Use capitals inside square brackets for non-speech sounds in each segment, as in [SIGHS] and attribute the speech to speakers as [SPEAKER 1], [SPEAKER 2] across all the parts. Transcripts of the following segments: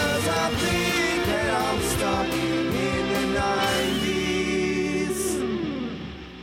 [SPEAKER 1] happy that I'm stuck in the 90s.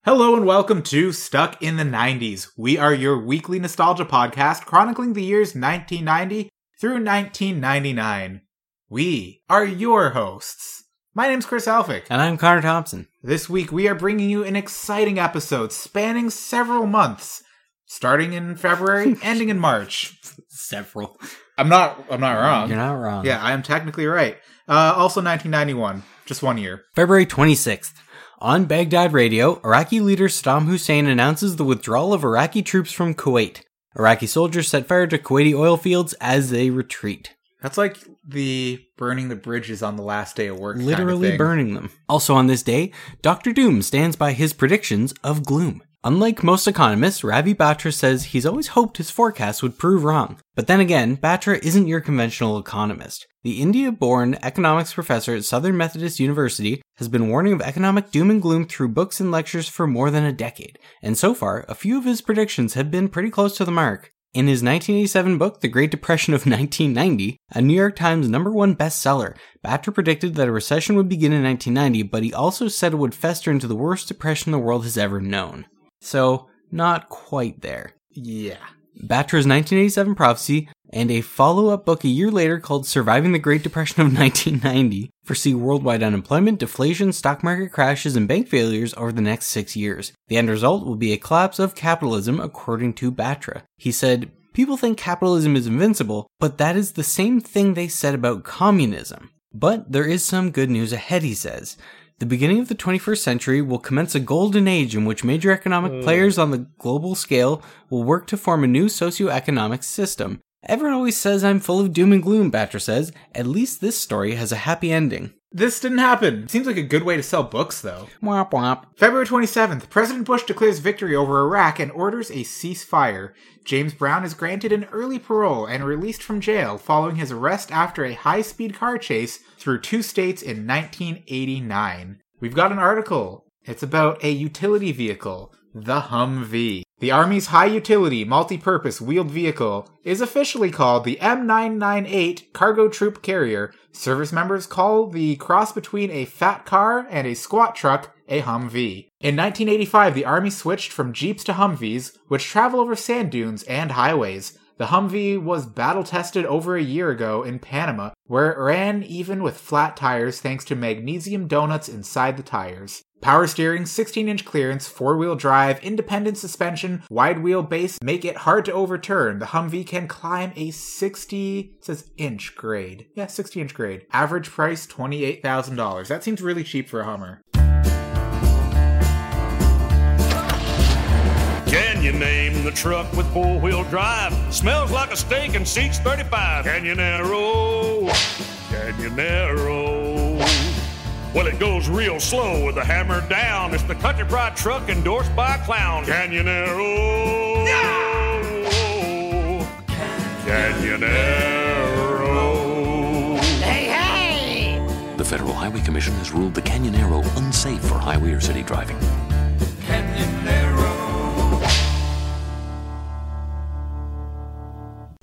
[SPEAKER 2] Hello and welcome to Stuck in the 90s. We are your weekly nostalgia podcast chronicling the years 1990 through 1999. We are your hosts. My name's Chris Alphick.
[SPEAKER 3] And I'm Connor Thompson.
[SPEAKER 2] This week we are bringing you an exciting episode spanning several months, starting in
[SPEAKER 3] [LAUGHS]
[SPEAKER 2] February, ending in March.
[SPEAKER 3] Several.
[SPEAKER 2] I'm not I'm not wrong.
[SPEAKER 3] You're not wrong.
[SPEAKER 2] Yeah, I am technically right. Uh, also 1991, just one year.
[SPEAKER 3] February 26th. On Baghdad radio, Iraqi leader Saddam Hussein announces the withdrawal of Iraqi troops from Kuwait. Iraqi soldiers set fire to Kuwaiti oil fields as they retreat,
[SPEAKER 2] That's like the burning the bridges on the last day of work. kind of
[SPEAKER 3] literally
[SPEAKER 2] thing.
[SPEAKER 3] burning them. Also on this day, Dr. Doom stands by his predictions of gloom. Unlike most economists, Ravi Batra says he's always hoped his forecasts would prove wrong. But then again, Batra isn't your conventional economist. The India born economics professor at Southern Methodist University has been warning of economic doom and gloom through books and lectures for more than a decade, and so far, a few of his predictions have been pretty close to the mark. In his 1987 book, The Great Depression of [LAUGHS] 1990, a New York Times number one bestseller, Batra predicted that a recession would begin in 1990, but he also said it would fester into the worst depression the world has ever known. So, not quite there.
[SPEAKER 2] Yeah.
[SPEAKER 3] Batra's 1987 prophecy and a follow up book a year later called Surviving the Great Depression of [LAUGHS] 1990 foresee worldwide unemployment, deflation, stock market crashes, and bank failures over the next six years. The end result will be a collapse of capitalism, according to Batra. He said, People think capitalism is invincible, but that is the same thing they said about communism. But there is some good news ahead, he says. The beginning of the 21st century will commence a golden age in which major economic players on the global scale will work to form a new socioeconomic system. Everyone always says I'm full of doom and gloom, Batra says. At least this story has a happy ending.
[SPEAKER 2] This didn't happen. Seems like a good way to sell books, though.
[SPEAKER 3] Womp womp.
[SPEAKER 2] February 27th, President Bush declares victory over Iraq and orders a ceasefire. James Brown is granted an early parole and released from jail following his arrest after a high speed car chase through two states in 1989. We've got an article. It's about a utility vehicle, the Humvee. The Army's high utility, multi purpose wheeled vehicle is officially called the M998 Cargo Troop Carrier. Service members call the cross between a fat car and a squat truck a Humvee. In 1985, the Army switched from Jeeps to Humvees, which travel over sand dunes and highways. The Humvee was battle tested over a year ago in Panama, where it ran even with flat tires thanks to magnesium donuts inside the tires. Power steering, 16 inch clearance, four wheel drive, independent suspension, wide wheel base make it hard to overturn. The Humvee can climb a 60 it says inch grade. Yeah, 60 inch grade. Average price $28,000. That seems really cheap for a Hummer.
[SPEAKER 4] Can you name the truck with four wheel drive? Smells like a steak and seats 35. Can you narrow? Can you narrow? Well, it goes real slow with the hammer down. It's the country pride truck endorsed by a clown. Can you narrow? Can you narrow?
[SPEAKER 5] The Federal Highway Commission has ruled the Canyon Arrow unsafe for highway or city driving.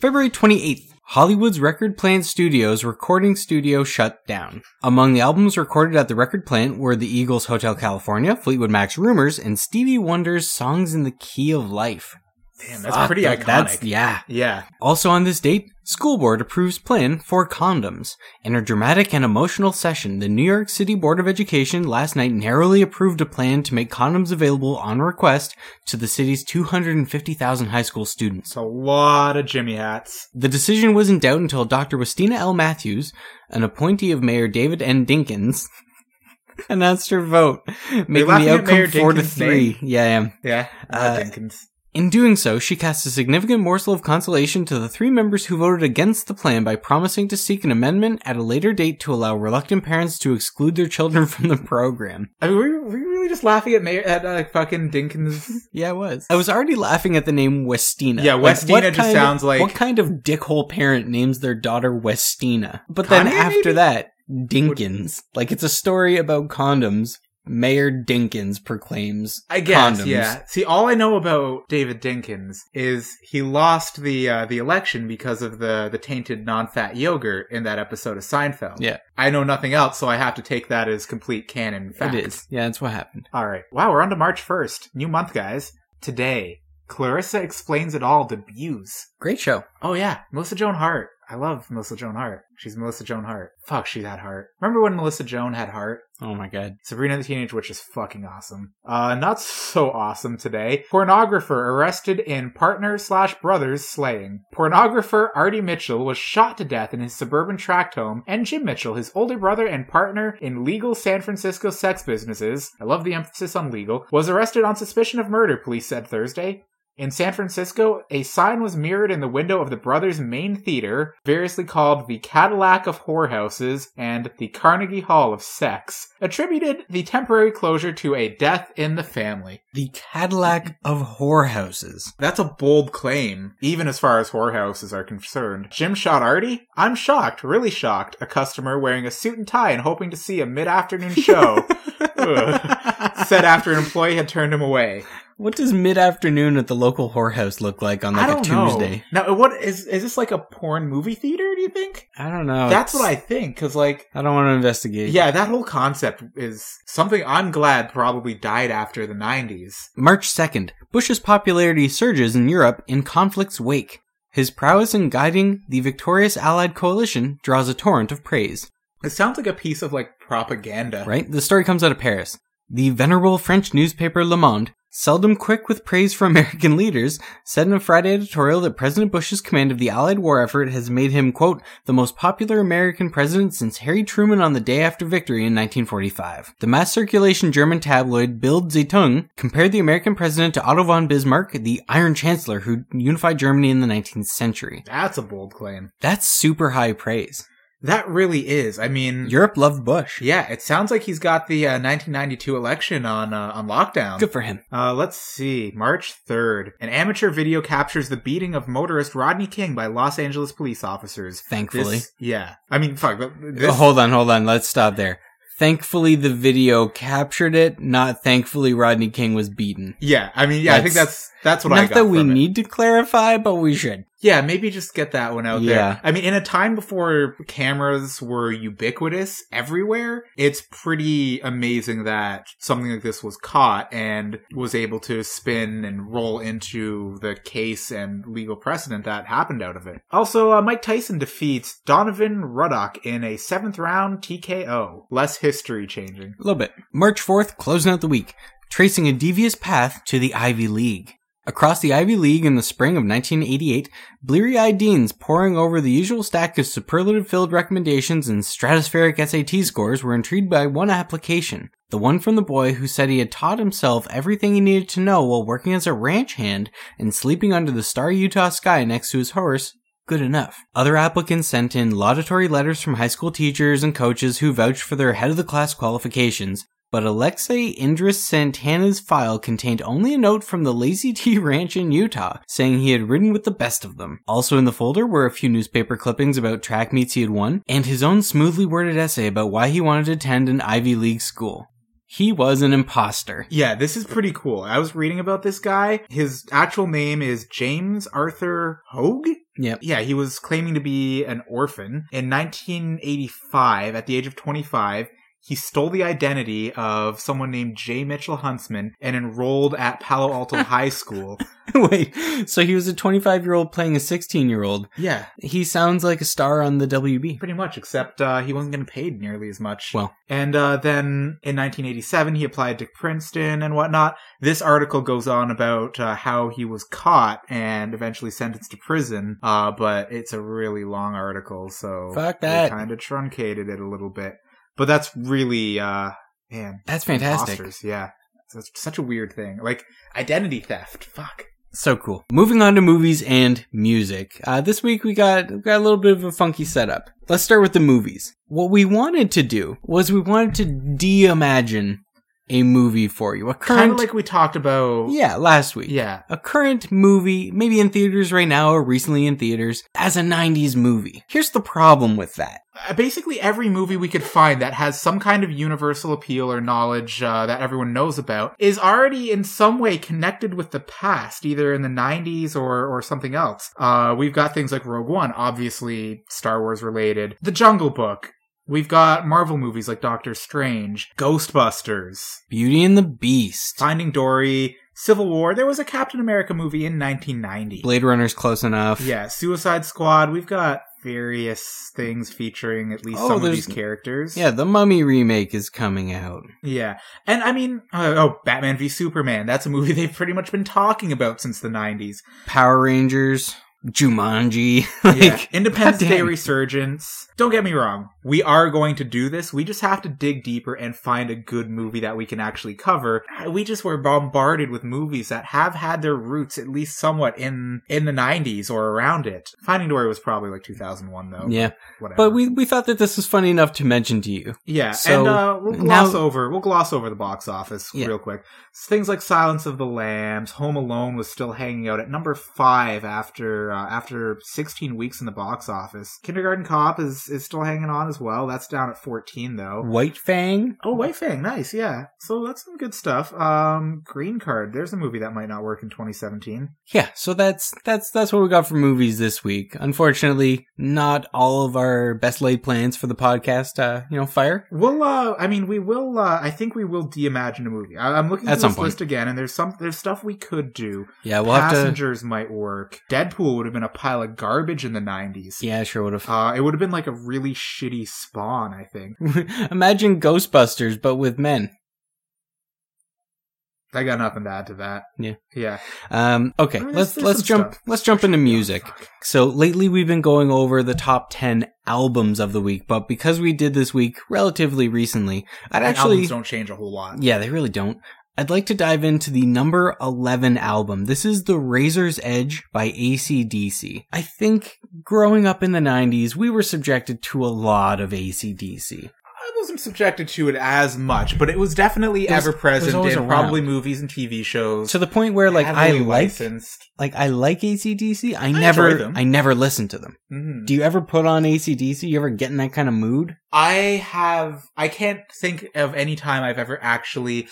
[SPEAKER 3] February 28th, Hollywood's Record Plant Studios recording studio shut down. Among the albums recorded at the record plant were The Eagles' Hotel California, Fleetwood Mac's Rumors, and Stevie Wonder's Songs in the Key of Life.
[SPEAKER 2] Damn, that's pretty
[SPEAKER 3] Fuck,
[SPEAKER 2] iconic.
[SPEAKER 3] that- that's- yeah.
[SPEAKER 2] yeah.
[SPEAKER 3] Also on this date, school board approves plan for condoms. In a dramatic and emotional session, the New York City Board of Education last night narrowly approved a plan to make condoms available on request to the city's 250,000 high school students.
[SPEAKER 2] It's a lot of Jimmy hats.
[SPEAKER 3] The decision was in doubt until Dr. Westina L. Matthews, an appointee of Mayor David N. Dinkins, [LAUGHS] announced her vote, making
[SPEAKER 2] laughing
[SPEAKER 3] the
[SPEAKER 2] at Mayor
[SPEAKER 3] outcome four to
[SPEAKER 2] Dinkins'
[SPEAKER 3] three.
[SPEAKER 2] name?
[SPEAKER 3] Yeah, I am.
[SPEAKER 2] Yeah.
[SPEAKER 3] Uh,
[SPEAKER 2] Jenkins.
[SPEAKER 3] In doing so, she cast a significant morsel of consolation to the three members who voted against the plan by promising to seek an amendment at a later date to allow reluctant parents to exclude their children [LAUGHS] from the program.
[SPEAKER 2] I mean, were, were you really just laughing at Mayor at uh, fucking Dinkins?
[SPEAKER 3] [LAUGHS] Yeah, it was. I was already laughing at the name Westina.
[SPEAKER 2] Yeah, Westina
[SPEAKER 3] what
[SPEAKER 2] just
[SPEAKER 3] kind of-
[SPEAKER 2] sounds like-
[SPEAKER 3] what kind of dickhole parent names their daughter Westina? But then
[SPEAKER 2] Kanye,
[SPEAKER 3] after
[SPEAKER 2] maybe?
[SPEAKER 3] that, Dinkins. Like it's a story about condoms Mayor Dinkins proclaims
[SPEAKER 2] I guess,
[SPEAKER 3] condoms.
[SPEAKER 2] yeah. See, all I know about David Dinkins is he lost the uh, the election because of the the tainted non-fat yogurt in that episode of Seinfeld.
[SPEAKER 3] Yeah.
[SPEAKER 2] I know nothing else, so I have to take that as complete canon fact.
[SPEAKER 3] It is. Yeah, that's what happened.
[SPEAKER 2] All right. Wow, we're on to March 1st. New month, guys. Today, Clarissa explains it all to Buse.
[SPEAKER 3] Great show.
[SPEAKER 2] Oh, yeah. Melissa Joan Hart. I love Melissa Joan Hart. She's Melissa Joan Hart. Fuck, she had heart. Remember when Melissa Joan had heart?
[SPEAKER 3] Oh my god.
[SPEAKER 2] Sabrina the Teenage Witch is fucking awesome. Uh, not so awesome today. Pornographer arrested in partner slash brothers slaying. Pornographer Artie Mitchell was shot to death in his suburban tract home, and Jim Mitchell, his older brother and partner in legal San Francisco sex businesses, I love the emphasis on legal, was arrested on suspicion of murder, police said Thursday. In San Francisco, a sign was mirrored in the window of the brothers' main theater, variously called the Cadillac of Whorehouses and the Carnegie Hall of Sex, attributed the temporary closure to a death in the family.
[SPEAKER 3] The Cadillac of whorehouses.
[SPEAKER 2] [LAUGHS] That's a bold claim, even as far as whorehouses are concerned. Jim shot Artie? I'm shocked, really shocked. A customer wearing a suit and tie and hoping to see a mid
[SPEAKER 3] [LAUGHS]
[SPEAKER 2] afternoon show. Ugh. Said after an employee had turned him away.
[SPEAKER 3] What does mid afternoon at the local whorehouse look like on like
[SPEAKER 2] I don't
[SPEAKER 3] a Tuesday?
[SPEAKER 2] Know. Now, what is is this like a porn movie theater? Do you think?
[SPEAKER 3] I don't know.
[SPEAKER 2] That's what
[SPEAKER 3] It's-
[SPEAKER 2] I think. Because like,
[SPEAKER 3] I don't want to investigate.
[SPEAKER 2] yeah, that whole concept is something I'm glad probably died after the '90s.
[SPEAKER 3] March 2nd, Bush's popularity surges in Europe in conflict's wake. His prowess in guiding the victorious Allied coalition draws a torrent of praise.
[SPEAKER 2] It sounds like a piece of like propaganda.
[SPEAKER 3] Right? The story comes out of Paris. The venerable French newspaper Le Monde, seldom quick with praise for [LAUGHS] American leaders, said in a Friday editorial that President Bush's command of the Allied war effort has made him, quote, the most popular American president since Harry Truman on the day after victory in 1945. The mass circulation German tabloid Bild Zeitung compared the American president to Otto von Bismarck, the Iron Chancellor who unified Germany in the 19th century.
[SPEAKER 2] That's a bold claim.
[SPEAKER 3] That's super high praise.
[SPEAKER 2] That really is. I mean,
[SPEAKER 3] Europe loved Bush.
[SPEAKER 2] yeah, it sounds like he's got the uh, 1992 election on uh, on lockdown.
[SPEAKER 3] Good for him.
[SPEAKER 2] Uh, let's see. March 3rd. An amateur video captures the beating of motorist Rodney King by Los Angeles police officers.
[SPEAKER 3] Thankfully.
[SPEAKER 2] This- yeah. I mean, fuck. but This,
[SPEAKER 3] hold on, hold on. Let's stop there. Thankfully, the video captured it. Not thankfully, Rodney King was beaten.
[SPEAKER 2] Yeah, I mean, yeah, I think
[SPEAKER 3] That's-
[SPEAKER 2] that's that's what I
[SPEAKER 3] Not
[SPEAKER 2] got
[SPEAKER 3] that we
[SPEAKER 2] from it.
[SPEAKER 3] need to clarify, but we should.
[SPEAKER 2] Yeah, maybe just get that one out
[SPEAKER 3] Yeah.
[SPEAKER 2] there. I mean, in a time before cameras were ubiquitous everywhere, it's pretty amazing that something like this was caught and was able to spin and roll into the case and legal precedent that happened out of it. Also, uh, Mike Tyson defeats Donovan Ruddock in a seventh round TKO. Less history changing.
[SPEAKER 3] A little bit. March 4th, closing out the week, tracing a devious path to the Ivy League. Across the Ivy League in the spring of 1988, bleary eyed deans poring over the usual stack of superlative filled recommendations and stratospheric SAT scores were intrigued by one application. The one from the boy who said he had taught himself everything he needed to know while working as a ranch hand and sleeping under the star Utah sky next to his horse. Good enough. Other applicants sent in laudatory letters from high school teachers and coaches who vouched for their head of the class qualifications, but Alexei Indris Santana's file contained only a note from the Lazy Tea [LAUGHS] Ranch in Utah saying he had ridden with the best of them. Also in the folder were a few newspaper clippings about track meets he had won, and his own smoothly worded essay about why he wanted to attend an Ivy League school. He was an imposter. [LAUGHS]
[SPEAKER 2] Yeah, this is pretty cool. I was reading about this guy. His actual name is James Arthur Hogue.
[SPEAKER 3] Yep. [LAUGHS]
[SPEAKER 2] Yeah, he was claiming to be an orphan. In 1985, at the age of 25, he stole the identity of someone named J. Mitchell Huntsman and enrolled at Palo Alto High School.
[SPEAKER 3] Wait, so he was a 25 year old playing a 16 year old.
[SPEAKER 2] Yeah,
[SPEAKER 3] He sounds like a star on the WB.
[SPEAKER 2] pretty much, except uh, he wasn't getting paid nearly as much.
[SPEAKER 3] Well.
[SPEAKER 2] and uh, then in 1987, he applied to Princeton and whatnot. This article goes on about uh, how he was caught and eventually sentenced to prison, uh, but it's a really long article, so
[SPEAKER 3] Fuck that.
[SPEAKER 2] kind of truncated it a little bit. But that's really, uh, man,
[SPEAKER 3] That's fantastic.
[SPEAKER 2] imposters, yeah. So it's such a weird thing. Like, identity theft. Fuck.
[SPEAKER 3] So cool. Moving on to movies and music. Uh, this week we got we got a little bit of a funky setup. Let's start with the movies. What we wanted to do was we wanted to de-imagine a movie for you. A
[SPEAKER 2] Kind
[SPEAKER 3] current,
[SPEAKER 2] of like we talked about.
[SPEAKER 3] yeah, last week.
[SPEAKER 2] Yeah.
[SPEAKER 3] A current movie, maybe in theaters right now or recently in theaters, as a 90s movie. Here's the problem with that.
[SPEAKER 2] Uh, Basically, every movie we could find that has some kind of universal appeal or knowledge uh, that everyone knows about is already in some way connected with the past, either in the 90s or, or something else. Uh, we've got things like Rogue One, obviously Star Wars related, The Jungle Book. We've got Marvel movies like Doctor Strange, Ghostbusters,
[SPEAKER 3] Beauty and the Beast.
[SPEAKER 2] Finding Dory, Civil War. There was a Captain America movie in 1990.
[SPEAKER 3] Blade Runner's close enough.
[SPEAKER 2] Yeah, Suicide Squad. We've got various things featuring at least
[SPEAKER 3] Oh,
[SPEAKER 2] some of these
[SPEAKER 3] there's-
[SPEAKER 2] characters.
[SPEAKER 3] Yeah, the Mummy remake is coming out.
[SPEAKER 2] yeah, and I mean, uh, oh, Batman v Superman. That's a movie [LAUGHS] they've pretty much been talking about since the '90s.
[SPEAKER 3] Power Rangers, Jumanji.
[SPEAKER 2] Yeah,
[SPEAKER 3] [LAUGHS] like,
[SPEAKER 2] Independence Day
[SPEAKER 3] goddamn.
[SPEAKER 2] resurgence. Don't get me wrong. We are going to do this. We just have to dig deeper and find a good movie that we can actually cover. We just were bombarded with movies that have had their roots at least somewhat in in the 90s or around it. Finding Dory was probably like 2001 though.
[SPEAKER 3] Yeah,
[SPEAKER 2] Whatever.
[SPEAKER 3] but we, we thought that this was funny enough to mention to you.
[SPEAKER 2] Yeah,
[SPEAKER 3] So,
[SPEAKER 2] and uh, we'll gloss
[SPEAKER 3] now-
[SPEAKER 2] over we'll gloss over the box office
[SPEAKER 3] Yeah.
[SPEAKER 2] real quick. So things like Silence of the Lambs, Home Alone was still hanging out at number five after uh, after 16 weeks in the box office. Kindergarten Cop is is still hanging on as well. That's down at 14 though.
[SPEAKER 3] White Fang?
[SPEAKER 2] Oh, White Fang, nice, yeah. So that's some good stuff. Um, Green Card, there's a movie that might not work in 2017.
[SPEAKER 3] Yeah, so that's that's that's what we got for movies this week. Unfortunately, not all of our best laid plans for the podcast uh, you know, fire.
[SPEAKER 2] We'll, uh, I mean, we will. Uh, I think we will deimagine a movie. I- I'm looking
[SPEAKER 3] At
[SPEAKER 2] at
[SPEAKER 3] some
[SPEAKER 2] this
[SPEAKER 3] point.
[SPEAKER 2] list again, and there's some there's stuff we could do.
[SPEAKER 3] Yeah, we'll have
[SPEAKER 2] Passengers might work. Deadpool would have been a pile of garbage in the 90s.
[SPEAKER 3] to Yeah, sure would have.
[SPEAKER 2] Uh, it would have been like a really shitty spawn, I think.
[SPEAKER 3] [LAUGHS] Imagine Ghostbusters but with men.
[SPEAKER 2] I got nothing to add to that.
[SPEAKER 3] Yeah.
[SPEAKER 2] Yeah.
[SPEAKER 3] Um, okay,
[SPEAKER 2] I mean, there's-
[SPEAKER 3] let's
[SPEAKER 2] there's
[SPEAKER 3] let's
[SPEAKER 2] some
[SPEAKER 3] jump
[SPEAKER 2] stuff.
[SPEAKER 3] let's jump into music.
[SPEAKER 2] Fuck.
[SPEAKER 3] So lately we've been going over the top 10 albums of the week, but because we did this week relatively recently, I'd
[SPEAKER 2] The
[SPEAKER 3] actually
[SPEAKER 2] albums don't change a whole lot.
[SPEAKER 3] Yeah, they really don't. I'd like to dive into the number 11 album. This is The Razor's Edge by ACDC. I think growing up in the 90s, we were subjected to a lot of ACDC.
[SPEAKER 2] I wasn't subjected to it as much, but it was definitely
[SPEAKER 3] It was-
[SPEAKER 2] ever
[SPEAKER 3] it was
[SPEAKER 2] present
[SPEAKER 3] always
[SPEAKER 2] in
[SPEAKER 3] around.
[SPEAKER 2] probably movies and TV shows.
[SPEAKER 3] To the point where like I
[SPEAKER 2] heavily
[SPEAKER 3] like
[SPEAKER 2] licensed.
[SPEAKER 3] like I like ACDC. I, never
[SPEAKER 2] them.
[SPEAKER 3] I never listen to them.
[SPEAKER 2] Mhm.
[SPEAKER 3] Do you ever put on ACDC? You ever get in that kind of mood?
[SPEAKER 2] I have. I can't think of any time I've ever actually.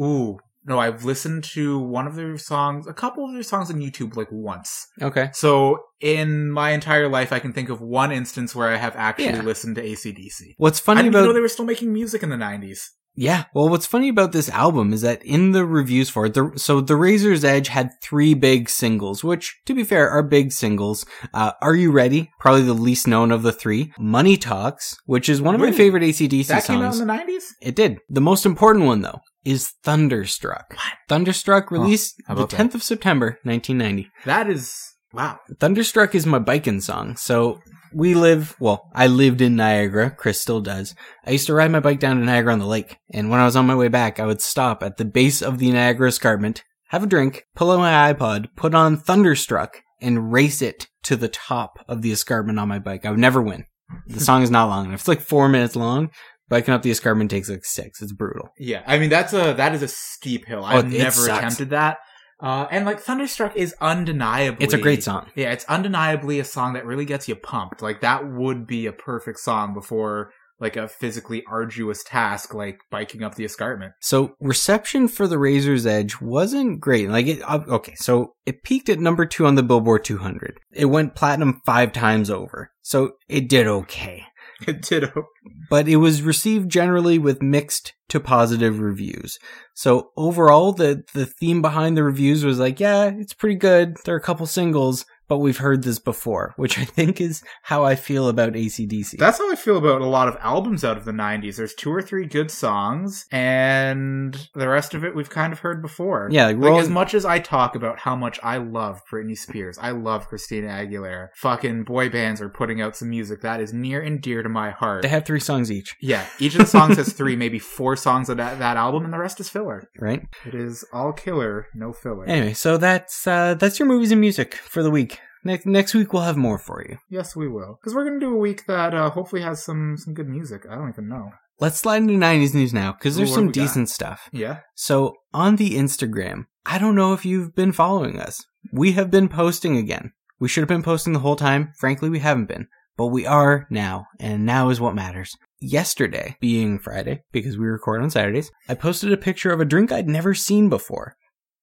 [SPEAKER 2] Ooh. No, I've listened to one of their songs, a couple of their songs on YouTube, like once.
[SPEAKER 3] Okay.
[SPEAKER 2] So in my entire life, I can think of one instance where I have actually
[SPEAKER 3] Yeah.
[SPEAKER 2] listened to ACDC.
[SPEAKER 3] What's
[SPEAKER 2] I
[SPEAKER 3] funny
[SPEAKER 2] didn't even know
[SPEAKER 3] about
[SPEAKER 2] they were still making music in the 90s.
[SPEAKER 3] Yeah. Well, what's funny about this album is that in the reviews for it, the, so The Razor's Edge had three big singles, which, to be fair, are big singles. Uh, Are You Ready? Probably the least known of the three. Money Talks, which is one of my
[SPEAKER 2] Really?
[SPEAKER 3] favorite ACDC
[SPEAKER 2] That came out
[SPEAKER 3] songs.
[SPEAKER 2] in the 90s?
[SPEAKER 3] it did. The most important one, though, is Thunderstruck. Thunderstruck released
[SPEAKER 2] how
[SPEAKER 3] the
[SPEAKER 2] about that?
[SPEAKER 3] 10th of September, 1990.
[SPEAKER 2] That is. Wow.
[SPEAKER 3] Thunderstruck is my biking song. So we live, well, I lived in Niagara. Chris still does. I used to ride my bike down to Niagara on the lake. And when I was on my way back, I would stop at the base of the Niagara escarpment, have a drink, pull out my iPod, put on Thunderstruck, and race it to the top of the escarpment on my bike. I would never win. The song is not long enough. It's like four minutes long. Biking up the escarpment takes like six. It's brutal.
[SPEAKER 2] Yeah. I mean, that's a. That is a steep hill. I've
[SPEAKER 3] Oh, it
[SPEAKER 2] never
[SPEAKER 3] sucks.
[SPEAKER 2] attempted that. Uh, and like Thunderstruck is undeniably.
[SPEAKER 3] It's a great song.
[SPEAKER 2] Yeah, it's undeniably a song that really gets you pumped. Like that would be a perfect song before like a physically arduous task like biking up the escarpment. [LAUGHS]
[SPEAKER 3] So reception for the Razor's Edge wasn't great. Like it, uh, okay, so it peaked at number two on the Billboard 200. It went platinum five times over, so it did okay.
[SPEAKER 2] Ditto.
[SPEAKER 3] But it was received generally with mixed to positive reviews. So overall, the the theme behind the reviews was like, yeah, it's pretty good. There are a couple singles, but we've heard this before, which I think is how I feel about ACDC.
[SPEAKER 2] That's how I feel about a lot of albums out of the 90s. There's two or three good songs, and the rest of it we've kind of heard before.
[SPEAKER 3] Yeah, like
[SPEAKER 2] Like,
[SPEAKER 3] Rolling-
[SPEAKER 2] as much as I talk about how much I love Britney Spears, I love Christina Aguilera, fucking boy bands are putting out some music that is near and dear to my heart.
[SPEAKER 3] they have three songs each,
[SPEAKER 2] yeah, each of the songs has three, maybe four songs of that, that album, and the rest is filler.
[SPEAKER 3] right?
[SPEAKER 2] It is all killer, no filler.
[SPEAKER 3] Anyway, so that's uh, that's your movies and music for the week. Next next week we'll have more for you.
[SPEAKER 2] Yes, we will. Because we're going to do a week that uh, hopefully has some, some good music. I don't even know.
[SPEAKER 3] Let's slide into 90s news now because there's
[SPEAKER 2] Ooh, what
[SPEAKER 3] some
[SPEAKER 2] do we got?
[SPEAKER 3] decent stuff.
[SPEAKER 2] Yeah.
[SPEAKER 3] So on the Instagram, I don't know if you've been following us. We have been posting again. We should have been posting the whole time. Frankly, we haven't been, but we are now, and now is what matters. Yesterday, being Friday, because we record on Saturdays, I posted a picture of a drink I'd never seen before.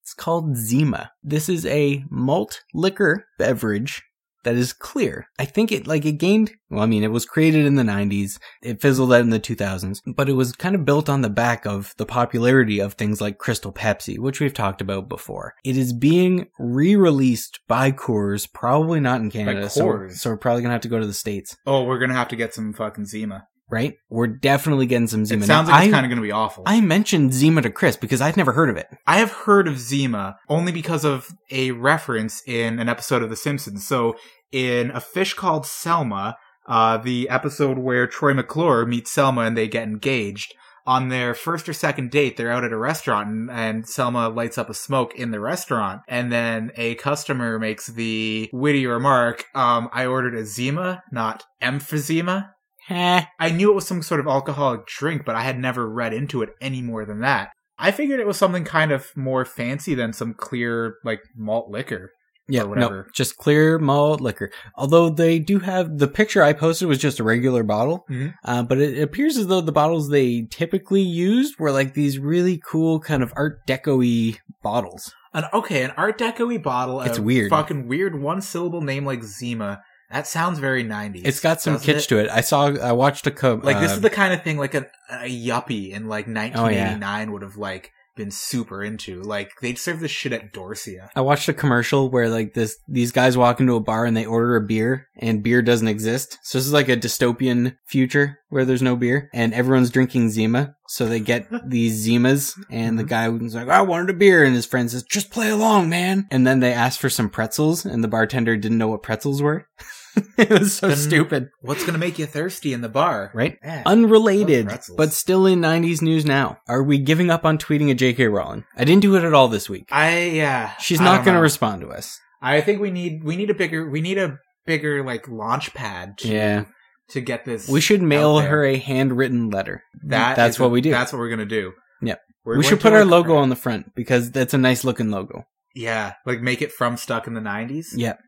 [SPEAKER 3] It's called Zima. This is a malt liquor beverage that is clear. I think it like it gained, well I mean it was created in the 90s, it fizzled out in the 2000s, but it was kind of built on the back of the popularity of things like Crystal Pepsi, which we've talked about before. It is being re-released by Coors, probably not in Canada, so,
[SPEAKER 2] Coors.
[SPEAKER 3] so we're probably going to have to go to the states,
[SPEAKER 2] Oh, we're gonna have to get some fucking Zima.
[SPEAKER 3] right? We're definitely getting some Zima.
[SPEAKER 2] It
[SPEAKER 3] Now,
[SPEAKER 2] sounds like it's
[SPEAKER 3] I-
[SPEAKER 2] kind of gonna be awful.
[SPEAKER 3] I mentioned Zima to Chris because I'd never heard of it.
[SPEAKER 2] I have heard of Zima only because of a reference in an episode of The Simpsons. So, in A Fish Called Selma, uh, the episode where Troy McClure meets Selma and they get engaged, on their first or second date, they're out at a restaurant and, and Selma lights up a smoke in the restaurant. And then a customer makes the witty remark, um, I ordered a Zima, not emphysema.
[SPEAKER 3] Heh.
[SPEAKER 2] I knew it was some sort of alcoholic drink, but I had never read into it any more than that. I figured it was something kind of more fancy than some clear, like, malt liquor.
[SPEAKER 3] Yeah,
[SPEAKER 2] or whatever.
[SPEAKER 3] no, just clear malt liquor. Although they do have the picture I posted was just a regular bottle,
[SPEAKER 2] Mhm.
[SPEAKER 3] uh, but it appears as though the bottles they typically used were like these really cool kind of Art Deco-y bottles.
[SPEAKER 2] An okay, an Art Deco bottle.
[SPEAKER 3] It's
[SPEAKER 2] a
[SPEAKER 3] weird.
[SPEAKER 2] Fucking weird one syllable name like Zima. That sounds very 90s.
[SPEAKER 3] It's got some
[SPEAKER 2] doesn't
[SPEAKER 3] kitsch
[SPEAKER 2] it?
[SPEAKER 3] to it. I saw, I watched a co-
[SPEAKER 2] Like, this
[SPEAKER 3] uh,
[SPEAKER 2] is the kind of thing like a, a yuppie in like 1989 would have like been super into. Like, they'd serve this shit at Dorsia.
[SPEAKER 3] I watched a commercial where like this these guys walk into a bar and they order a beer and beer doesn't exist. So this is like a dystopian future where there's no beer and everyone's drinking Zima. So
[SPEAKER 2] [LAUGHS]
[SPEAKER 3] they get these Zimas and
[SPEAKER 2] Mm-hmm.
[SPEAKER 3] the guy was like, I wanted a beer and his friend says, Just play along, man And then they asked for some pretzels and the bartender didn't know what pretzels were. [LAUGHS] it was so
[SPEAKER 2] Then-
[SPEAKER 3] stupid.
[SPEAKER 2] What's gonna make you thirsty in the bar?
[SPEAKER 3] Right?
[SPEAKER 2] Yeah.
[SPEAKER 3] Unrelated,
[SPEAKER 2] Love pretzels.
[SPEAKER 3] but still in 90s news now. Are we giving up on tweeting at JK Rowling? I didn't do it at all this week.
[SPEAKER 2] I, yeah.
[SPEAKER 3] She's
[SPEAKER 2] I
[SPEAKER 3] not
[SPEAKER 2] don't
[SPEAKER 3] going to
[SPEAKER 2] know.
[SPEAKER 3] respond to us.
[SPEAKER 2] I think we need we need a bigger we need a bigger like launch pad to,
[SPEAKER 3] Yeah.
[SPEAKER 2] to get this.
[SPEAKER 3] We should
[SPEAKER 2] out
[SPEAKER 3] mail
[SPEAKER 2] there.
[SPEAKER 3] her a handwritten letter.
[SPEAKER 2] That
[SPEAKER 3] that's
[SPEAKER 2] is
[SPEAKER 3] what
[SPEAKER 2] a-
[SPEAKER 3] we do.
[SPEAKER 2] That's what we're gonna do.
[SPEAKER 3] Yep.
[SPEAKER 2] We're
[SPEAKER 3] we
[SPEAKER 2] going
[SPEAKER 3] should
[SPEAKER 2] to
[SPEAKER 3] put our
[SPEAKER 2] work
[SPEAKER 3] logo
[SPEAKER 2] on-
[SPEAKER 3] on the front because that's a nice looking logo.
[SPEAKER 2] Yeah, like make it from stuck in the nineties.
[SPEAKER 3] Yep.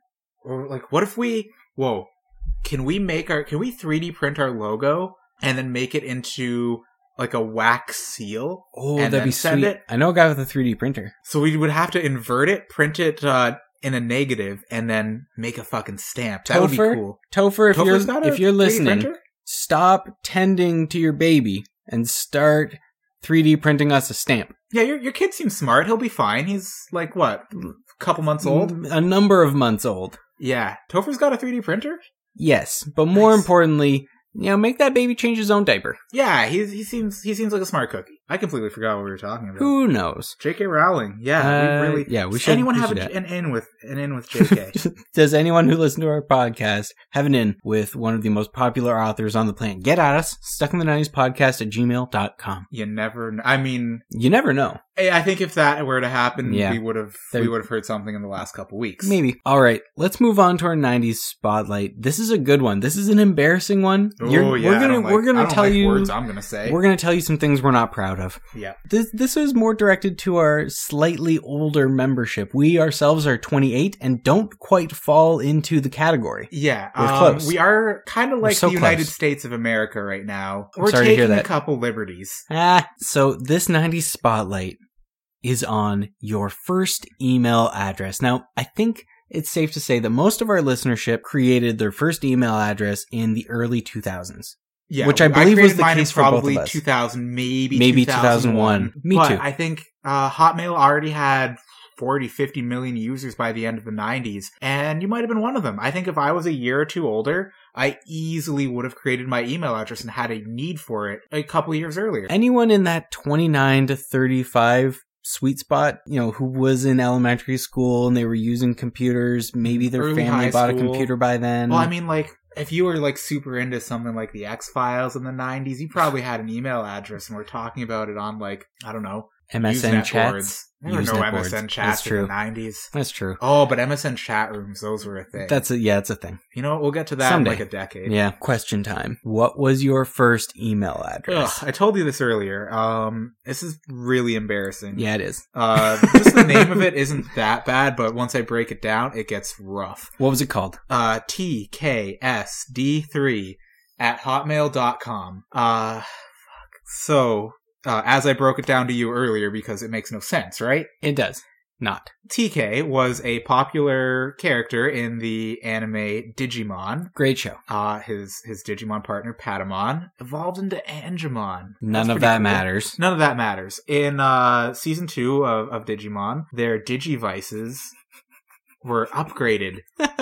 [SPEAKER 2] Or like, what if we? Whoa, can we make our? Can we three D print our logo and then make it into like a wax seal?
[SPEAKER 3] Oh,
[SPEAKER 2] And
[SPEAKER 3] that'd
[SPEAKER 2] then
[SPEAKER 3] be sweet.
[SPEAKER 2] send it.
[SPEAKER 3] I know a guy with a 3D printer.
[SPEAKER 2] So we would have to invert it, print it uh, in a negative, and then make a fucking stamp. That would be
[SPEAKER 3] Topher?
[SPEAKER 2] cool.
[SPEAKER 3] Topher, if
[SPEAKER 2] Topher's
[SPEAKER 3] you're
[SPEAKER 2] not a
[SPEAKER 3] if you're
[SPEAKER 2] 3D
[SPEAKER 3] listening,
[SPEAKER 2] printer?
[SPEAKER 3] stop tending to your baby and start 3D printing us a stamp.
[SPEAKER 2] Yeah, your your kid seems smart. He'll be fine. He's like what, a couple
[SPEAKER 3] Mm.
[SPEAKER 2] months old.
[SPEAKER 3] A number of months old.
[SPEAKER 2] Yeah, Topher's got a 3D printer.
[SPEAKER 3] Yes, but more
[SPEAKER 2] Nice.
[SPEAKER 3] importantly, you know, make that baby change his own diaper.
[SPEAKER 2] Yeah, he he seems he seems like a smart cookie. I completely forgot what we were talking about.
[SPEAKER 3] Who knows?
[SPEAKER 2] J.K. Rowling. Yeah,
[SPEAKER 3] Uh,
[SPEAKER 2] we really.
[SPEAKER 3] yeah, we
[SPEAKER 2] Does
[SPEAKER 3] should-
[SPEAKER 2] Anyone
[SPEAKER 3] we
[SPEAKER 2] have
[SPEAKER 3] should
[SPEAKER 2] a-
[SPEAKER 3] add-
[SPEAKER 2] an in with an in
[SPEAKER 3] [LAUGHS]
[SPEAKER 2] with J.K.
[SPEAKER 3] Does anyone who listens to our podcast have an in with one of the most popular authors on the planet? Get at us, stuck in the 90s podcast at gmail.com.
[SPEAKER 2] you never. kn- I mean,
[SPEAKER 3] You never know.
[SPEAKER 2] I I think if that were to happen,
[SPEAKER 3] Yeah.
[SPEAKER 2] we would have
[SPEAKER 3] There-
[SPEAKER 2] we would have heard something in the last couple weeks.
[SPEAKER 3] Maybe. All right, let's move on to our 90s spotlight. This is a good one. This is an embarrassing one.
[SPEAKER 2] Oh
[SPEAKER 3] You're-
[SPEAKER 2] yeah,
[SPEAKER 3] we're
[SPEAKER 2] I
[SPEAKER 3] gonna
[SPEAKER 2] don't like-
[SPEAKER 3] we're
[SPEAKER 2] I
[SPEAKER 3] gonna
[SPEAKER 2] don't
[SPEAKER 3] tell
[SPEAKER 2] like
[SPEAKER 3] you
[SPEAKER 2] words. I'm gonna say.
[SPEAKER 3] we're gonna tell you some things we're not proud of.
[SPEAKER 2] yeah,
[SPEAKER 3] This this is more directed to our slightly older membership. We ourselves are 28 and don't quite fall into the category.
[SPEAKER 2] yeah.
[SPEAKER 3] We're
[SPEAKER 2] um,
[SPEAKER 3] close.
[SPEAKER 2] We are kind of like
[SPEAKER 3] so
[SPEAKER 2] the United
[SPEAKER 3] close.
[SPEAKER 2] States of America right now.
[SPEAKER 3] I'm
[SPEAKER 2] we're
[SPEAKER 3] sorry to
[SPEAKER 2] taking
[SPEAKER 3] hear that.
[SPEAKER 2] a couple liberties.
[SPEAKER 3] Ah, so this 90s spotlight is on your first email address. Now, I think it's safe to say that most of our listenership created their first email address in the early 2000s.
[SPEAKER 2] Yeah,
[SPEAKER 3] Which I believe was
[SPEAKER 2] created
[SPEAKER 3] the
[SPEAKER 2] mine in
[SPEAKER 3] case for both of
[SPEAKER 2] probably
[SPEAKER 3] us.
[SPEAKER 2] 2000, maybe
[SPEAKER 3] Maybe
[SPEAKER 2] 2001.
[SPEAKER 3] 2001. Me
[SPEAKER 2] But
[SPEAKER 3] too.
[SPEAKER 2] I think uh, Hotmail already had 40, 50 million users by the end of the 90s, and you might have been one of them. I think if I was a year or two older, I easily would have created my email address and had a need for it a couple years earlier.
[SPEAKER 3] Anyone in that 29 to 35 sweet spot, you know, who was in elementary school and they were using computers, maybe their
[SPEAKER 2] Early
[SPEAKER 3] family
[SPEAKER 2] high
[SPEAKER 3] bought a
[SPEAKER 2] school.
[SPEAKER 3] computer by then.
[SPEAKER 2] well, I mean, like, if you were like super into something like the X Files in the 90s, you probably had an email address and we're talking about it on like, I don't know,
[SPEAKER 3] MSN
[SPEAKER 2] Usenet
[SPEAKER 3] chats.
[SPEAKER 2] boards. There were no
[SPEAKER 3] Usenet
[SPEAKER 2] MSN
[SPEAKER 3] boards. That's
[SPEAKER 2] chats in
[SPEAKER 3] true.
[SPEAKER 2] the 90s.
[SPEAKER 3] That's true.
[SPEAKER 2] Oh, but MSN chat rooms, those were a thing.
[SPEAKER 3] That's a, yeah, it's a thing.
[SPEAKER 2] you know what? We'll get to that
[SPEAKER 3] Someday.
[SPEAKER 2] in like a decade.
[SPEAKER 3] Yeah. Question time. What was your first email address?
[SPEAKER 2] Ugh, I told you this earlier. Um, this is really embarrassing.
[SPEAKER 3] Yeah, it is.
[SPEAKER 2] Uh, just the name of it isn't that bad, but once I break it down, it gets rough.
[SPEAKER 3] What was it called?
[SPEAKER 2] Uh, TKSD3 at hotmail.com. Uh, fuck. So, uh, as I broke it down to you earlier, because it makes no sense, right?
[SPEAKER 3] It does. Not.
[SPEAKER 2] TK was a popular character in the anime Digimon.
[SPEAKER 3] Great show.
[SPEAKER 2] Uh, his his Digimon partner Patamon evolved into Angemon.
[SPEAKER 3] None
[SPEAKER 2] That's
[SPEAKER 3] of
[SPEAKER 2] pretty
[SPEAKER 3] that
[SPEAKER 2] cool.
[SPEAKER 3] matters.
[SPEAKER 2] None of that matters. In uh, season two of, of Digimon, their Digivices were upgraded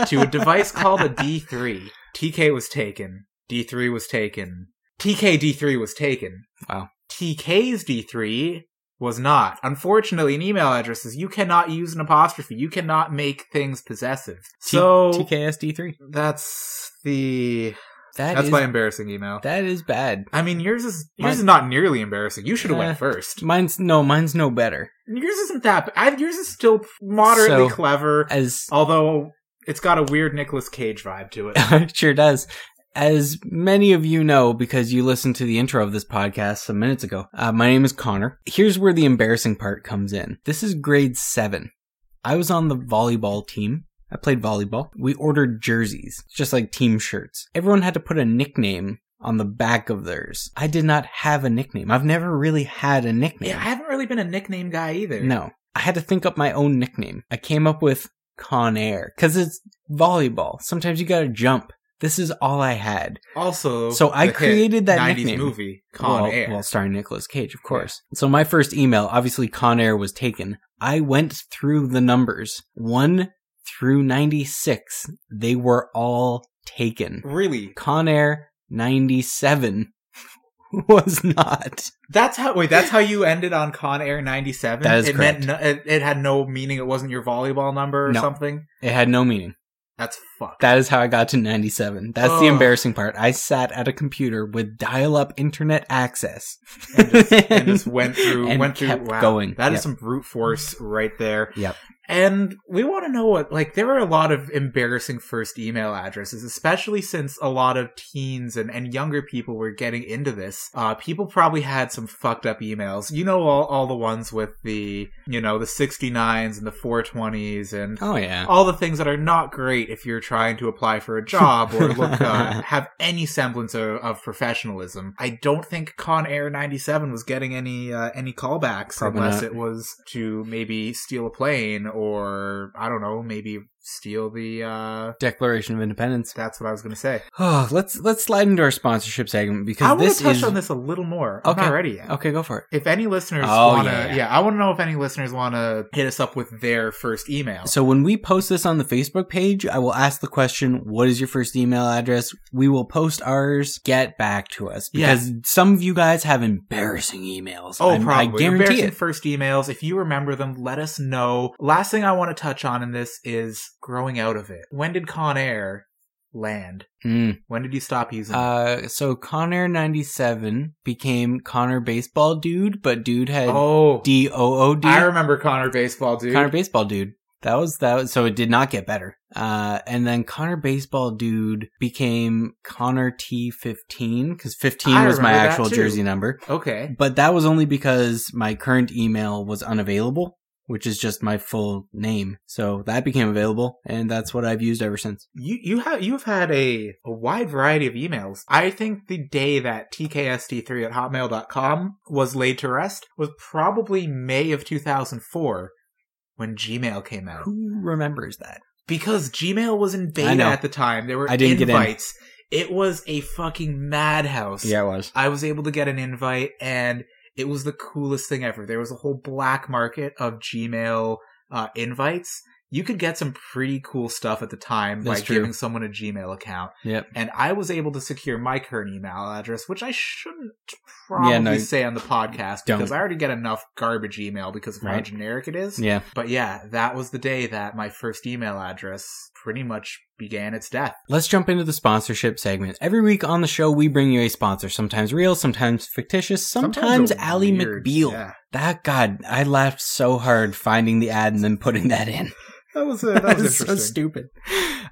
[SPEAKER 2] to a
[SPEAKER 3] [LAUGHS]
[SPEAKER 2] device called a D3. TK was taken. D3 was taken. TK D3 was taken.
[SPEAKER 3] Wow.
[SPEAKER 2] TK's D3 was not. Unfortunately, in email addresses, you cannot use an apostrophe. You cannot make things possessive.
[SPEAKER 3] T-
[SPEAKER 2] So
[SPEAKER 3] TKSD3.
[SPEAKER 2] that's the
[SPEAKER 3] That
[SPEAKER 2] that's
[SPEAKER 3] is-
[SPEAKER 2] my embarrassing email.
[SPEAKER 3] that is bad.
[SPEAKER 2] I mean, yours is yours
[SPEAKER 3] Mine-
[SPEAKER 2] is not nearly embarrassing. You should have
[SPEAKER 3] Uh,
[SPEAKER 2] went first.
[SPEAKER 3] Mine's no, mine's no better.
[SPEAKER 2] Yours isn't that. b- I, yours is still moderately
[SPEAKER 3] So-
[SPEAKER 2] clever,
[SPEAKER 3] As
[SPEAKER 2] although it's got a weird Nicolas Cage vibe to it.
[SPEAKER 3] [LAUGHS] it sure does. As many of you know, because you listened to the intro of this podcast some minutes ago, uh, my name is Connor. Here's where the embarrassing part comes in. This is grade seven. I was on the volleyball team. I played volleyball. We ordered jerseys, just like team shirts. Everyone had to put a nickname on the back of theirs. I did not have a nickname. I've never really had a nickname.
[SPEAKER 2] yeah, I haven't really been a nickname guy either.
[SPEAKER 3] No. I had to think up my own nickname. I came up with Con Air because it's volleyball. Sometimes you gotta jump. This is all I had.
[SPEAKER 2] Also,
[SPEAKER 3] So I
[SPEAKER 2] the hit
[SPEAKER 3] created that nickname.
[SPEAKER 2] movie Con
[SPEAKER 3] well,
[SPEAKER 2] Air.
[SPEAKER 3] well, starring Nicolas Cage, of course. So my first email, obviously Con Air was taken. I went through the numbers one through ninety six. They were all taken.
[SPEAKER 2] really,
[SPEAKER 3] Con Air ninety seven [LAUGHS] was not.
[SPEAKER 2] that's how. Wait, that's how you ended on Con Air '97.
[SPEAKER 3] That is
[SPEAKER 2] it
[SPEAKER 3] correct.
[SPEAKER 2] meant no, it, it had no meaning. It wasn't your volleyball number or
[SPEAKER 3] No.
[SPEAKER 2] something.
[SPEAKER 3] It had no meaning.
[SPEAKER 2] That's fucked.
[SPEAKER 3] That is how I got to 97. That's the
[SPEAKER 2] Ugh.
[SPEAKER 3] embarrassing part. I sat at a computer with dial-up internet access
[SPEAKER 2] and just, [LAUGHS]
[SPEAKER 3] [LAUGHS]
[SPEAKER 2] and just went through
[SPEAKER 3] and
[SPEAKER 2] went through
[SPEAKER 3] kept
[SPEAKER 2] wow,
[SPEAKER 3] going.
[SPEAKER 2] That is
[SPEAKER 3] Yep.
[SPEAKER 2] some brute force right there.
[SPEAKER 3] Yep.
[SPEAKER 2] And we want to know what like there are a lot of embarrassing first email addresses, especially since a lot of teens and, and younger people were getting into this. Uh people probably had some fucked up emails. You know all, all the ones with the you know, the sixty nines and the four twenties and
[SPEAKER 3] Oh [LAUGHS] yeah.
[SPEAKER 2] all the things that are not great if you're trying to apply for a job or look
[SPEAKER 3] [LAUGHS]
[SPEAKER 2] uh, have any semblance of, of professionalism. I don't think Con Air '97 was getting any uh, any callbacks
[SPEAKER 3] Probably
[SPEAKER 2] unless
[SPEAKER 3] not.
[SPEAKER 2] it was to maybe steal a plane or I don't know, maybe steal the. Uh,
[SPEAKER 3] Declaration of Independence.
[SPEAKER 2] that's what I was going to say.
[SPEAKER 3] Oh, let's let's slide into our sponsorship segment
[SPEAKER 2] I
[SPEAKER 3] because
[SPEAKER 2] want
[SPEAKER 3] this
[SPEAKER 2] to touch
[SPEAKER 3] is
[SPEAKER 2] on this a little more.
[SPEAKER 3] Okay.
[SPEAKER 2] I'm not ready yet.
[SPEAKER 3] Okay, go for it.
[SPEAKER 2] If any listeners
[SPEAKER 3] Oh,
[SPEAKER 2] want to,
[SPEAKER 3] yeah, yeah.
[SPEAKER 2] yeah. I want to know if any listeners want to hit us up with their first email.
[SPEAKER 3] So when we post this on the Facebook page, I will ask the question, what is your first email address? We will post ours. Get back to us
[SPEAKER 2] Yeah.
[SPEAKER 3] because some of you guys have embarrassing emails.
[SPEAKER 2] Oh,
[SPEAKER 3] I'm-
[SPEAKER 2] probably.
[SPEAKER 3] I guarantee
[SPEAKER 2] Embarrassing
[SPEAKER 3] it.
[SPEAKER 2] first emails. If you remember them, let us know. Last thing I want to touch on in this is growing out of it. When did Con Air land?
[SPEAKER 3] Mm.
[SPEAKER 2] When did you stop using it?
[SPEAKER 3] Uh, so Connor ninety seven became Connor Baseball Dude, but dude had
[SPEAKER 2] Oh,
[SPEAKER 3] D O O D.
[SPEAKER 2] I remember Connor Baseball, dude.
[SPEAKER 3] Connor Baseball Dude. That was that. Was, so it did not get better. Uh, and then Connor Baseball Dude became Connor T fifteen because fifteen
[SPEAKER 2] I
[SPEAKER 3] was my
[SPEAKER 2] remember that
[SPEAKER 3] actual
[SPEAKER 2] too.
[SPEAKER 3] jersey number.
[SPEAKER 2] okay.
[SPEAKER 3] But that was only because my current email was unavailable, which is just my full name. So that became available, and that's what I've used ever since.
[SPEAKER 2] You you have you've had a, a wide variety of emails. I think the day that TKSD3 at hotmail.com was laid to rest was probably May of 2004 when Gmail came out.
[SPEAKER 3] Who remembers that?
[SPEAKER 2] because Gmail was in
[SPEAKER 3] I
[SPEAKER 2] beta
[SPEAKER 3] know.
[SPEAKER 2] at the time. There were
[SPEAKER 3] I didn't get in.
[SPEAKER 2] invites. It was a fucking madhouse.
[SPEAKER 3] it was.
[SPEAKER 2] I was able to get an invite and it was the coolest thing ever. There was a whole black market of Gmail uh, invites. You could get some pretty cool stuff at the time
[SPEAKER 3] That's
[SPEAKER 2] by
[SPEAKER 3] true.
[SPEAKER 2] giving someone a Gmail account.
[SPEAKER 3] Yep.
[SPEAKER 2] And I was able to secure my current email address, which I shouldn't probably
[SPEAKER 3] Yeah, no,
[SPEAKER 2] say on the podcast
[SPEAKER 3] don't.
[SPEAKER 2] because I already get enough garbage email because of how
[SPEAKER 3] Right.
[SPEAKER 2] generic it is.
[SPEAKER 3] Yeah.
[SPEAKER 2] But yeah, that was the day that my first email address pretty much began its death.
[SPEAKER 3] Let's jump into the sponsorship segment. Every week on the show, we bring you a sponsor, sometimes real, sometimes fictitious, sometimes,
[SPEAKER 2] a
[SPEAKER 3] Ally
[SPEAKER 2] weird-
[SPEAKER 3] McBeal.
[SPEAKER 2] yeah.
[SPEAKER 3] That God, I laughed so hard finding the ad and then putting that in.
[SPEAKER 2] That was
[SPEAKER 3] [LAUGHS]
[SPEAKER 2] uh, [LAUGHS] that was interesting.
[SPEAKER 3] so stupid.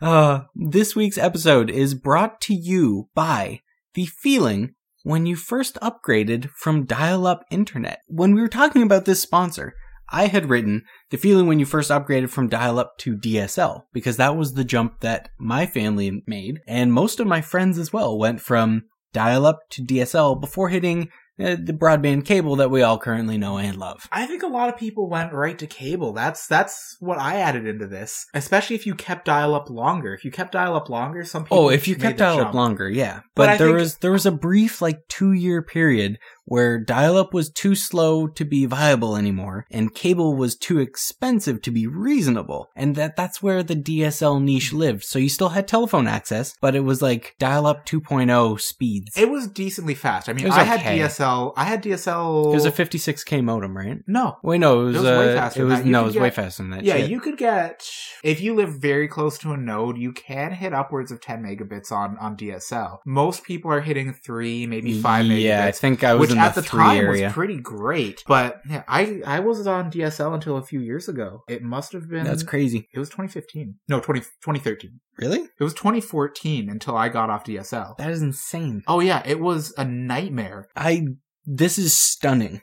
[SPEAKER 3] Uh, this week's episode is brought to you by the feeling when you first upgraded from dial-up internet. When we were talking about this sponsor, I had written the feeling when you first upgraded from dial-up to DSL because that was the jump that my family made, and most of my friends as well went from dial-up to DSL before hitting uh, the broadband cable that we all currently know and love.
[SPEAKER 2] I think a lot of people went right to cable. That's that's what I added into this. Especially if you kept dial up longer. If you kept dial up longer, some people
[SPEAKER 3] Oh, if you
[SPEAKER 2] made
[SPEAKER 3] kept
[SPEAKER 2] the
[SPEAKER 3] dial up
[SPEAKER 2] jump.
[SPEAKER 3] longer, yeah.
[SPEAKER 2] But
[SPEAKER 3] But,
[SPEAKER 2] I
[SPEAKER 3] there
[SPEAKER 2] think-
[SPEAKER 3] was there was a brief like two year period where dial up was too slow to be viable anymore, and cable was too expensive to be reasonable. And that that's where the DSL niche lived. So you still had telephone access, but it was like dial up 2.0 speeds. It,
[SPEAKER 2] It was decently fast. I mean,
[SPEAKER 3] It was
[SPEAKER 2] I had
[SPEAKER 3] okay.
[SPEAKER 2] DSL. I had DSL.
[SPEAKER 3] was a 56k modem, right?
[SPEAKER 2] no.
[SPEAKER 3] Wait, no, it was,
[SPEAKER 2] It was way
[SPEAKER 3] uh,
[SPEAKER 2] faster
[SPEAKER 3] It
[SPEAKER 2] than
[SPEAKER 3] was
[SPEAKER 2] that. You
[SPEAKER 3] no,
[SPEAKER 2] could
[SPEAKER 3] it was way
[SPEAKER 2] get-
[SPEAKER 3] faster than that.
[SPEAKER 2] Yeah,
[SPEAKER 3] shit.
[SPEAKER 2] you could get if you live very close to a node, you can hit upwards of 10 megabits on on DSL. Most people are hitting three, maybe five
[SPEAKER 3] Yeah, I
[SPEAKER 2] megabits.
[SPEAKER 3] think I was
[SPEAKER 2] which
[SPEAKER 3] in
[SPEAKER 2] at
[SPEAKER 3] the,
[SPEAKER 2] the,
[SPEAKER 3] three
[SPEAKER 2] time
[SPEAKER 3] area.
[SPEAKER 2] was pretty great, but yeah, I I wasn't on DSL until a few years ago. It must have been
[SPEAKER 3] That's crazy.
[SPEAKER 2] It was 2015. No, 20, 2013.
[SPEAKER 3] Really?
[SPEAKER 2] It was 2014 until I got off DSL.
[SPEAKER 3] That is insane.
[SPEAKER 2] Oh yeah, it was a nightmare.
[SPEAKER 3] I this is stunning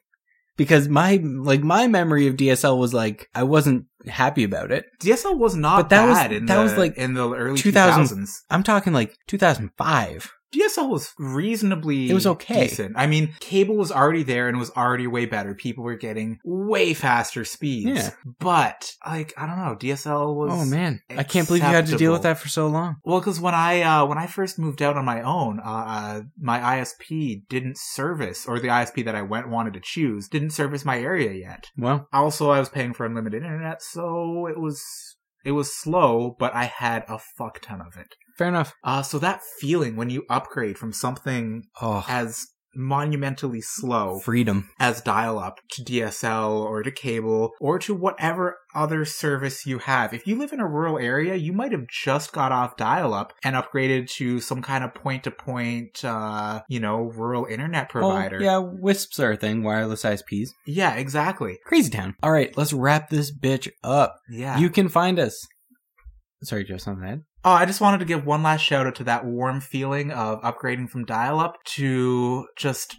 [SPEAKER 3] because my like my memory of DSL was like I wasn't happy about it.
[SPEAKER 2] DSL was not
[SPEAKER 3] But that was-
[SPEAKER 2] bad in
[SPEAKER 3] that
[SPEAKER 2] the,
[SPEAKER 3] was, like,
[SPEAKER 2] in the early
[SPEAKER 3] 2000.
[SPEAKER 2] 2000s.
[SPEAKER 3] I'm talking like 2005.
[SPEAKER 2] DSL was reasonably
[SPEAKER 3] It was okay.
[SPEAKER 2] decent. I mean, cable was already there and was already way better. People were getting way faster speeds.
[SPEAKER 3] Yeah.
[SPEAKER 2] But like I don't know, DSL was
[SPEAKER 3] Oh man, I can't believe you had to deal with that for so long.
[SPEAKER 2] Well, because when I uh, when I first moved out on my own, uh, uh, my ISP didn't service, or the ISP that I went wanted to choose didn't service my area yet.
[SPEAKER 3] Well,
[SPEAKER 2] Also, I was paying for unlimited internet, so it was it was slow, but I had a fuck ton of it.
[SPEAKER 3] fair enough.
[SPEAKER 2] Uh, so that feeling when you upgrade from something
[SPEAKER 3] Oh,
[SPEAKER 2] as monumentally slow
[SPEAKER 3] freedom.
[SPEAKER 2] as dial up to DSL or to cable or to whatever other service you have. If you live in a rural area, you might have just got off dial up and upgraded to some kind of point to point, uh, you know, rural internet provider.
[SPEAKER 3] Well, Oh, yeah, wisps are a thing. Wireless ISPs.
[SPEAKER 2] Yeah, exactly.
[SPEAKER 3] Crazy town. All right, let's wrap this bitch up.
[SPEAKER 2] Yeah.
[SPEAKER 3] You can find us. Sorry, Joe, something to add?
[SPEAKER 2] oh, I just wanted to give one last shout out to that warm feeling of upgrading from dial up to just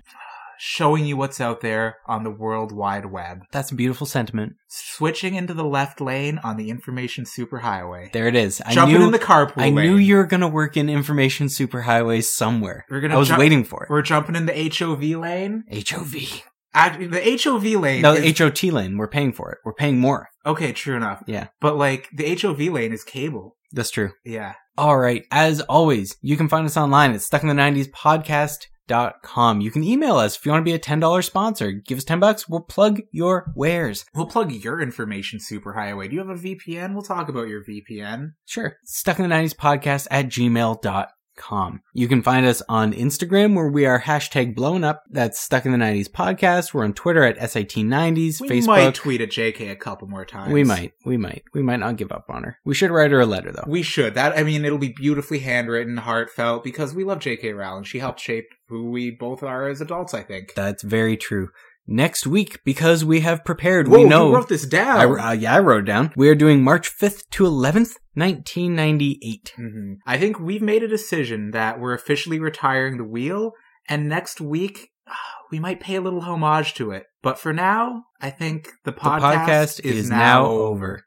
[SPEAKER 2] showing you what's out there on the world wide web.
[SPEAKER 3] That's a beautiful sentiment.
[SPEAKER 2] switching into the left lane on the information superhighway.
[SPEAKER 3] There it is. I
[SPEAKER 2] Jumping
[SPEAKER 3] knew
[SPEAKER 2] in the carpool
[SPEAKER 3] I
[SPEAKER 2] lane.
[SPEAKER 3] knew you were gonna work in information superhighways somewhere.
[SPEAKER 2] We're gonna
[SPEAKER 3] I was
[SPEAKER 2] jump-
[SPEAKER 3] waiting for it.
[SPEAKER 2] We're jumping in the HOV lane.
[SPEAKER 3] HOV.
[SPEAKER 2] Act- The HOV lane.
[SPEAKER 3] No,
[SPEAKER 2] is-
[SPEAKER 3] the HOT lane. We're paying for it. We're paying more.
[SPEAKER 2] okay, true enough.
[SPEAKER 3] Yeah.
[SPEAKER 2] But like the HOV lane is cable.
[SPEAKER 3] That's true.
[SPEAKER 2] Yeah.
[SPEAKER 3] All right. As always, you can find us online at stuck in the 90s podcast.com. You can email us if you want to be a $10 sponsor. Give us 10 bucks. We'll plug your wares.
[SPEAKER 2] We'll plug your information superhighway. Do you have a VPN? We'll talk about your VPN.
[SPEAKER 3] Sure. Stuck in the 90s podcast at gmail.com. You can find us on Instagram where we are hashtag blown up. That's stuck in the 90s podcast. We're on Twitter at SAT90s,
[SPEAKER 2] We
[SPEAKER 3] Facebook.
[SPEAKER 2] might tweet at JK a couple more times.
[SPEAKER 3] we might. We might. We might not give up on her. We should write her a letter though.
[SPEAKER 2] We should. That I mean, it'll be beautifully handwritten, heartfelt, because we love J.K. Rowling. She helped shape who we both are as adults. I think.
[SPEAKER 3] That's very true. Next week, because we have prepared,
[SPEAKER 2] Whoa,
[SPEAKER 3] we know.
[SPEAKER 2] you wrote this down.
[SPEAKER 3] I, uh, yeah, I wrote it down. We are doing March 5th to 11th, 1998.
[SPEAKER 2] hmm I think we've made a decision that we're officially retiring the wheel, and next week [SIGHS] uh, we might pay a little homage to it. But for now, I think the podcast,
[SPEAKER 3] the podcast is, now over.